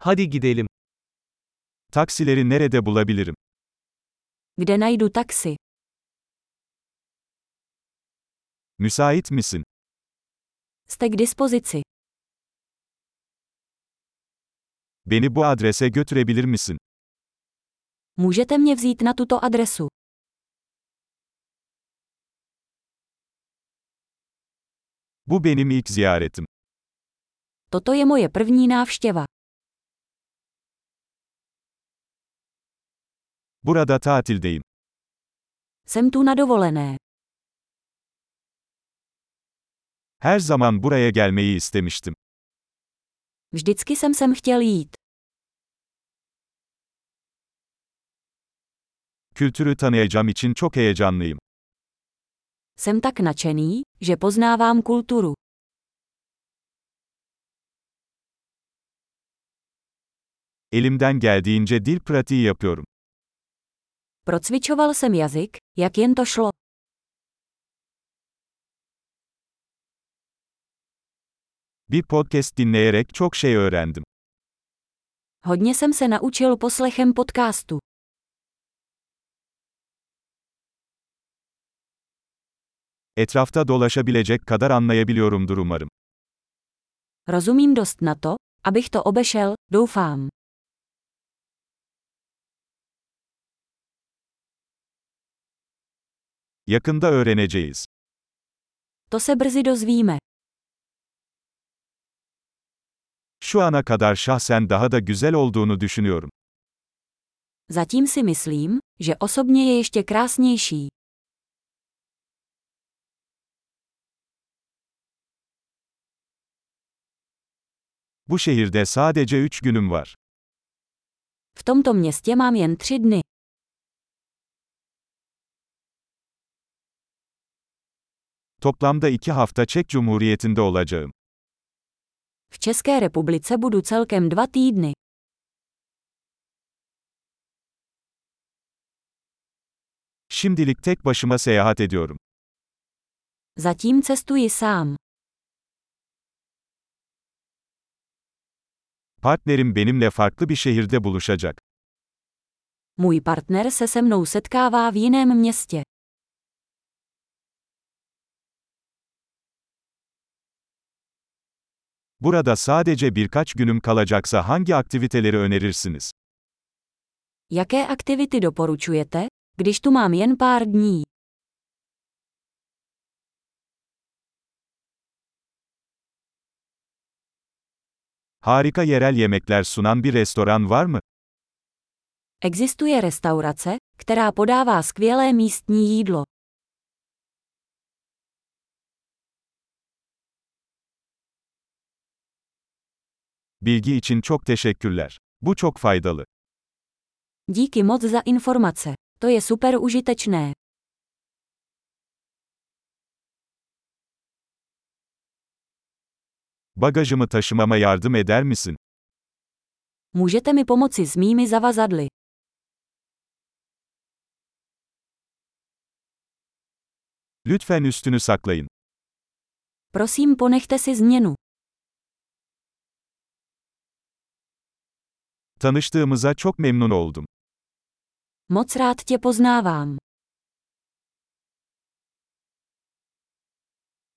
Hadi gidelim. Taksileri nerede bulabilirim? Kde najdu taxi? Müsait misin? Jste k dispozici. Beni bu adrese götürebilir misin? Můžete mě vzít na tuto adresu. Bu benim ilk ziyaretim. Toto je moje první návštěva. Burada tatildeyim. Jsem tu na dovolené. Her zaman buraya gelmeyi istemiştim. Vždycky jsem sem chtěl jít. Kültürü tanıyacağım için çok heyecanlıyım. Jsem tak nadšený, že poznávám kulturu. Elimden geldiğince dil pratiği yapıyorum. Procvičoval jsem jazyk, jak jen to šlo. Bir podcast dinleyerek çok şey öğrendim. Hodně jsem se naučil poslechem podcastu. Etrafta dolaşabilecek kadar anlayabiliyorumdur umarım. Rozumím dost na to, abych to obešel, doufám. Yakında öğreneceğiz. To se brzy dozvíme. Şu ana kadar şahsen daha da güzel olduğunu düşünüyorum. Zatím si myslím, že osobně je ještě krásnější. Bu şehirde sadece 3 günüm var. V tomto městě mám jen tři dny. Toplamda 2 hafta Çek Cumhuriyeti'nde olacağım. V České republice budu celkem dva týdny. Şimdilik tek başıma seyahat ediyorum. Zatím cestuji sám. Partnerim benimle farklı bir şehirde buluşacak. Můj partner se se mnou setkává v jiném městě. Burada sadece birkaç günüm kalacaksa hangi aktiviteleri önerirsiniz? Jaké aktivity doporučujete, když tu mám jen pár dní? Harika yerel yemekler sunan bir restoran var mı? Existuje restaurace, která podává skvělé místní jídlo. Bilgi için çok teşekkürler. Bu çok faydalı. Díky moc za informace. To je super užitečné. Bagajımı taşımama yardım eder misin? Můžete mi pomoci s mými zavazadly. Lütfen üstünü saklayın. Prosím, ponechte si změnu. Tanıştığımıza çok memnun oldum. Moc rád tě poznávám.